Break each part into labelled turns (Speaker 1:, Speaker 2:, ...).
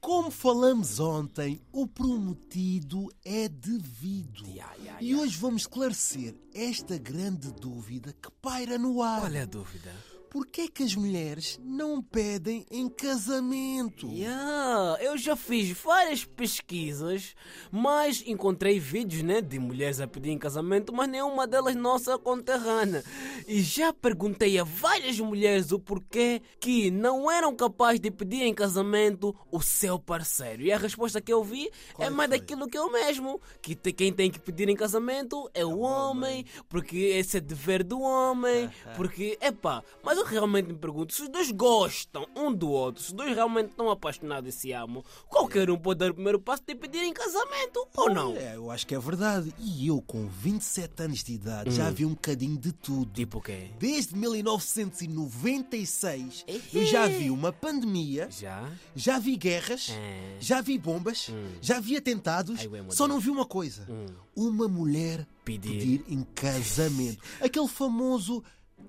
Speaker 1: Como falamos ontem, o prometido é devido.
Speaker 2: Ya, ya,
Speaker 1: E
Speaker 2: ya.
Speaker 1: hoje vamos esclarecer esta grande dúvida que paira no ar.
Speaker 2: Olha a dúvida.
Speaker 1: Porquê é que as mulheres não pedem em casamento?
Speaker 2: Yeah, eu já fiz várias pesquisas, mas encontrei vídeos né, de mulheres a pedir em casamento, mas nenhuma delas nossa conterrânea. E já perguntei a várias mulheres o porquê que não eram capazes de pedir em casamento o seu parceiro. E a resposta que eu vi
Speaker 1: Qual
Speaker 2: é
Speaker 1: é que
Speaker 2: mais
Speaker 1: foi?
Speaker 2: daquilo que eu mesmo, que te- quem tem que pedir em casamento é o homem, porque esse é dever do homem, porque, epá, mas eu realmente me pergunto, se os dois gostam um do outro, se os dois realmente estão apaixonados e se amam, qualquer um pode dar o primeiro passo de pedir em casamento, ou não?
Speaker 1: É, eu acho que é verdade. E eu, com 27 anos de idade, já
Speaker 2: Hum.
Speaker 1: vi um bocadinho de tudo.
Speaker 2: Tipo o quê?
Speaker 1: Desde 1996, eu
Speaker 2: Ehe.
Speaker 1: já vi uma pandemia,
Speaker 2: Já?
Speaker 1: já vi guerras,
Speaker 2: É.
Speaker 1: já vi bombas, já vi atentados.
Speaker 2: Hum. Ai, ué, meu
Speaker 1: só
Speaker 2: Deus. Hum.
Speaker 1: não vi uma coisa: uma mulher
Speaker 2: Pedir.
Speaker 1: pedir em casamento. Aquele famoso.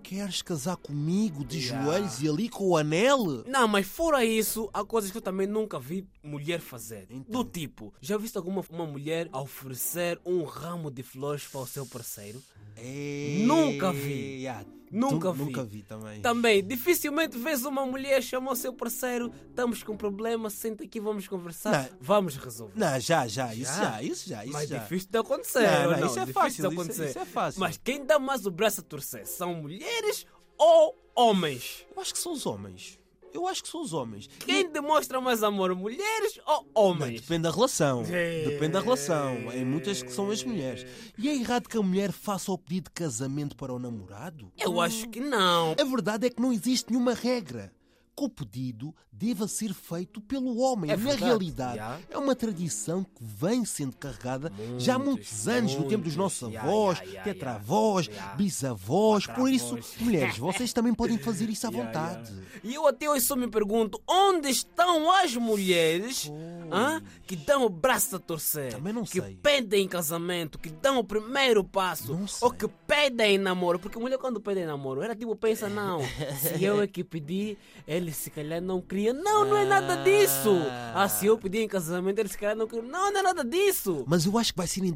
Speaker 1: Queres casar comigo de
Speaker 2: Yeah.
Speaker 1: joelhos e ali com o anel?
Speaker 2: Não, mas fora isso, há coisas que eu também nunca vi mulher fazer.
Speaker 1: Então.
Speaker 2: Do tipo, já viste alguma uma mulher oferecer um ramo de flores para o seu parceiro?
Speaker 1: É,
Speaker 2: Nunca vi.
Speaker 1: yeah,
Speaker 2: Nunca
Speaker 1: tu-
Speaker 2: vi.
Speaker 1: Nunca vi também.
Speaker 2: Também, dificilmente vês uma mulher chamar o seu parceiro, estamos com um problema, senta aqui, vamos conversar,
Speaker 1: Não.
Speaker 2: vamos resolver.
Speaker 1: Não, já, já, isso já,
Speaker 2: Já?
Speaker 1: isso já, isso
Speaker 2: Mas
Speaker 1: já.
Speaker 2: difícil de acontecer.
Speaker 1: Não, não,
Speaker 2: ou não?
Speaker 1: isso é
Speaker 2: Difícil
Speaker 1: fácil,
Speaker 2: de
Speaker 1: isso é-
Speaker 2: acontecer.
Speaker 1: isso é fácil.
Speaker 2: Mas quem dá mais o braço a torcer são mulheres ou homens?
Speaker 1: Eu acho que são os homens. Eu acho que são os homens.
Speaker 2: Quem é demonstra mais amor, mulheres ou
Speaker 1: Não,
Speaker 2: homens?
Speaker 1: depende da relação.
Speaker 2: É.
Speaker 1: Depende da relação. Em muitas que são as mulheres. E é errado que a mulher faça o pedido de casamento para o namorado?
Speaker 2: Eu acho que não.
Speaker 1: A verdade é que não existe nenhuma regra. Que o pedido deva ser feito pelo homem.
Speaker 2: É
Speaker 1: Na
Speaker 2: verdade,
Speaker 1: realidade,
Speaker 2: já.
Speaker 1: é uma tradição que vem sendo carregada já há
Speaker 2: Muitos,
Speaker 1: muitos anos, no tempo dos
Speaker 2: muitos.
Speaker 1: nossos
Speaker 2: Já,
Speaker 1: avós,
Speaker 2: já, já, já.
Speaker 1: tetravós,
Speaker 2: Já.
Speaker 1: bisavós. Por isso,
Speaker 2: Tatravós.
Speaker 1: mulheres, vocês também podem fazer isso à
Speaker 2: Ya, ya.
Speaker 1: vontade.
Speaker 2: E eu até hoje só me pergunto onde estão as mulheres hã, que dão o braço a torcer,
Speaker 1: Também não
Speaker 2: que
Speaker 1: sei.
Speaker 2: pedem em casamento, que dão o primeiro passo,
Speaker 1: Não
Speaker 2: ou
Speaker 1: sei.
Speaker 2: que pedem em namoro. Porque mulher quando pede em namoro, ela tipo pensa, não, se eu é que pedi, ele se calhar não queria. Não, não é nada disso. Ah, se eu pedi em casamento, ele se calhar não queria. Não, não é nada disso.
Speaker 1: Mas eu acho que vai ser em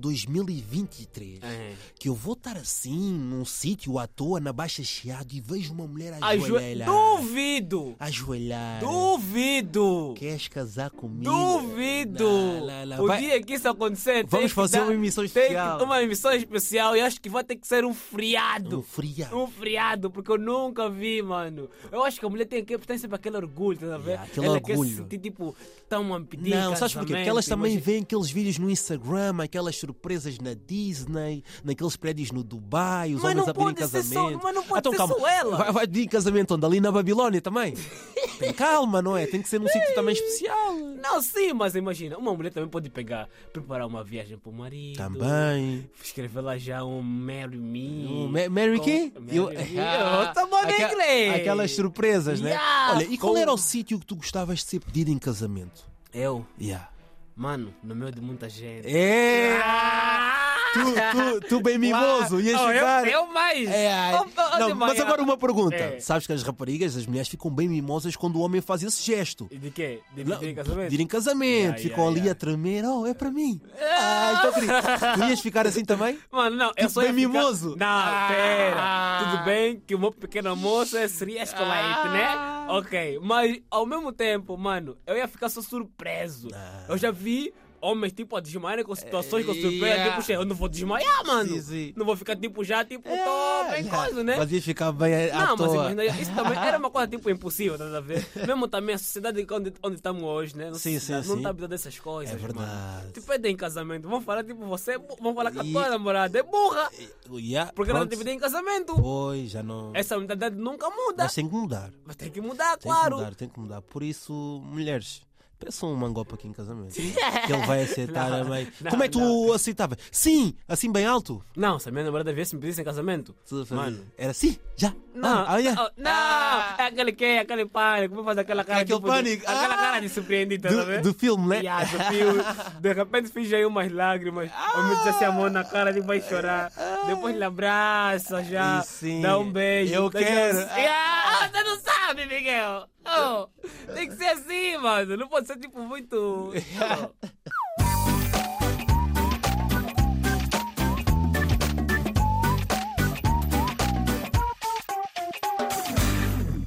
Speaker 1: 2023
Speaker 2: É.
Speaker 1: que eu vou estar assim, num sítio à toa, na Baixa Chiado, e vejo uma mulher
Speaker 2: Ajo-
Speaker 1: ajoelhar.
Speaker 2: Duvido.
Speaker 1: Ah, Ajoelhar.
Speaker 2: Duvido.
Speaker 1: Queres casar comigo?
Speaker 2: Duvido!
Speaker 1: Lá, lá, lá.
Speaker 2: O
Speaker 1: Vai-
Speaker 2: dia que isso acontecer, tem
Speaker 1: Vamos
Speaker 2: que
Speaker 1: fazer
Speaker 2: dar-
Speaker 1: uma emissão
Speaker 2: Tem
Speaker 1: especial.
Speaker 2: que, uma emissão especial e acho que vai ter que ser um friado.
Speaker 1: Um friado.
Speaker 2: Um friado, porque eu nunca vi, mano. Eu acho que a mulher tem, que, tem sempre aquele orgulho, estás a ver?
Speaker 1: Yeah, aquele
Speaker 2: Ela quer
Speaker 1: orgulho.
Speaker 2: se sentir tipo, tão a pedir.
Speaker 1: Não, sabes porquê? Porque elas
Speaker 2: casamento,
Speaker 1: também
Speaker 2: imagina-
Speaker 1: veem aqueles vídeos no Instagram, aquelas surpresas na Disney, naqueles prédios no Dubai, os
Speaker 2: Mas
Speaker 1: homens
Speaker 2: não
Speaker 1: a pedir em
Speaker 2: pode ser só-
Speaker 1: casamento.
Speaker 2: mas não pode
Speaker 1: então,
Speaker 2: ser
Speaker 1: calma.
Speaker 2: só ela.
Speaker 1: Vai, vai pedir em casamento onde? Ali na Babilónia também? Tem calma, não é? Tem que ser num sítio também especial.
Speaker 2: Não, sim, mas imagina, uma mulher também pode pegar, preparar uma viagem para o marido.
Speaker 1: Também.
Speaker 2: Escrever lá já um Mary Me.
Speaker 1: O Ma- Mary
Speaker 2: Com-
Speaker 1: quê? Ah,
Speaker 2: Mary Me. Eu tô bom em
Speaker 1: Aquela-
Speaker 2: inglês.
Speaker 1: Aquelas surpresas, né?
Speaker 2: Yeah,
Speaker 1: Olha, e qual
Speaker 2: com-
Speaker 1: era o sítio que tu gostavas de ser pedido em casamento?
Speaker 2: Eu,
Speaker 1: Yeah.
Speaker 2: mano, no meio de muita gente.
Speaker 1: É!
Speaker 2: Ah!
Speaker 1: Tu, tu, tu bem mimoso, ias
Speaker 2: Oh, eu-
Speaker 1: ficar...
Speaker 2: Eu, mais.
Speaker 1: É, ai.
Speaker 2: Oh, oh,
Speaker 1: Não,
Speaker 2: de
Speaker 1: mas
Speaker 2: manhã.
Speaker 1: agora uma pergunta.
Speaker 2: É.
Speaker 1: Sabes que as raparigas, as mulheres ficam bem mimosas quando o homem faz esse gesto.
Speaker 2: E De quê? De
Speaker 1: Não,
Speaker 2: pedir em casamento?
Speaker 1: pedir em casamento,
Speaker 2: Yeah,
Speaker 1: ficam
Speaker 2: yeah,
Speaker 1: ali
Speaker 2: yeah.
Speaker 1: a tremer. Oh, é para mim. Ah, estou querido. Tu ias ficar assim também?
Speaker 2: Mano, não, eu
Speaker 1: Tipo
Speaker 2: sou
Speaker 1: bem mimoso. Ah.
Speaker 2: Não, pera. Tudo bem que o meu pequeno almoço é- seria escolaite,
Speaker 1: Ah.
Speaker 2: né? Ok, mas ao mesmo tempo, mano, eu ia ficar só surpreso.
Speaker 1: Ah.
Speaker 2: Eu já vi homens, tipo, a desmaiarem com situações com surpresa.
Speaker 1: Yeah.
Speaker 2: Tipo, "Che, eu não vou desmaiar, mano.
Speaker 1: É, Sim, sim.
Speaker 2: Não vou ficar, tipo, já, tipo, tô bem
Speaker 1: Yeah.
Speaker 2: coisa, né?
Speaker 1: Ah, Mas ias ficar bem à
Speaker 2: Não, mas
Speaker 1: toa.
Speaker 2: imagina, isso também era uma coisa tipo impossível, estás a ver? Mesmo também a sociedade onde, onde estamos hoje, né? Não
Speaker 1: Sim,
Speaker 2: se-
Speaker 1: sim,
Speaker 2: não
Speaker 1: sim.
Speaker 2: está habituada a essas coisas.
Speaker 1: É verdade.
Speaker 2: Mano. Te pedem em casamento, vão falar tipo você, é bu- vão falar que a
Speaker 1: E-
Speaker 2: tua namorada é burra,
Speaker 1: oh, Yeah,
Speaker 2: porque ela não
Speaker 1: pronto.
Speaker 2: te pediu em casamento.
Speaker 1: Pois, já não.
Speaker 2: Essa mentalidade nunca muda.
Speaker 1: Mas tem que mudar.
Speaker 2: Mas tem que mudar,
Speaker 1: Tem
Speaker 2: claro.
Speaker 1: que mudar, tem que mudar. Por isso, mulheres, peçam um mangope aqui em casamento. que ele vai aceitar a mãe.
Speaker 2: não,
Speaker 1: Como é que tu aceitava? Sim, assim bem alto.
Speaker 2: Não, se a minha namorada viesse e me pedisse em casamento,
Speaker 1: Tu fazia-
Speaker 2: mano.
Speaker 1: Era assim, já.
Speaker 2: Não,
Speaker 1: Ah, amanhã.
Speaker 2: não, não, é aquele que é, aquele pânico, como faz aquela cara
Speaker 1: Aquele
Speaker 2: tipo, de-
Speaker 1: pânico,
Speaker 2: aquela
Speaker 1: ah!
Speaker 2: cara de surpreendido, estás a ver?
Speaker 1: do, do filme, né?
Speaker 2: Yeah, do filme. De repente finge aí umas lágrimas.
Speaker 1: Ah.
Speaker 2: O homem desce a mão assim, na cara e vai chorar. Depois lhe abraça já.
Speaker 1: E sim.
Speaker 2: Dá um beijo. Ah,
Speaker 1: Eu
Speaker 2: Deixa-
Speaker 1: quero. Ah.
Speaker 2: Yeah, você não sabe, Miguel. Oh, Tem que ser assim, mano. Não pode ser tipo muito.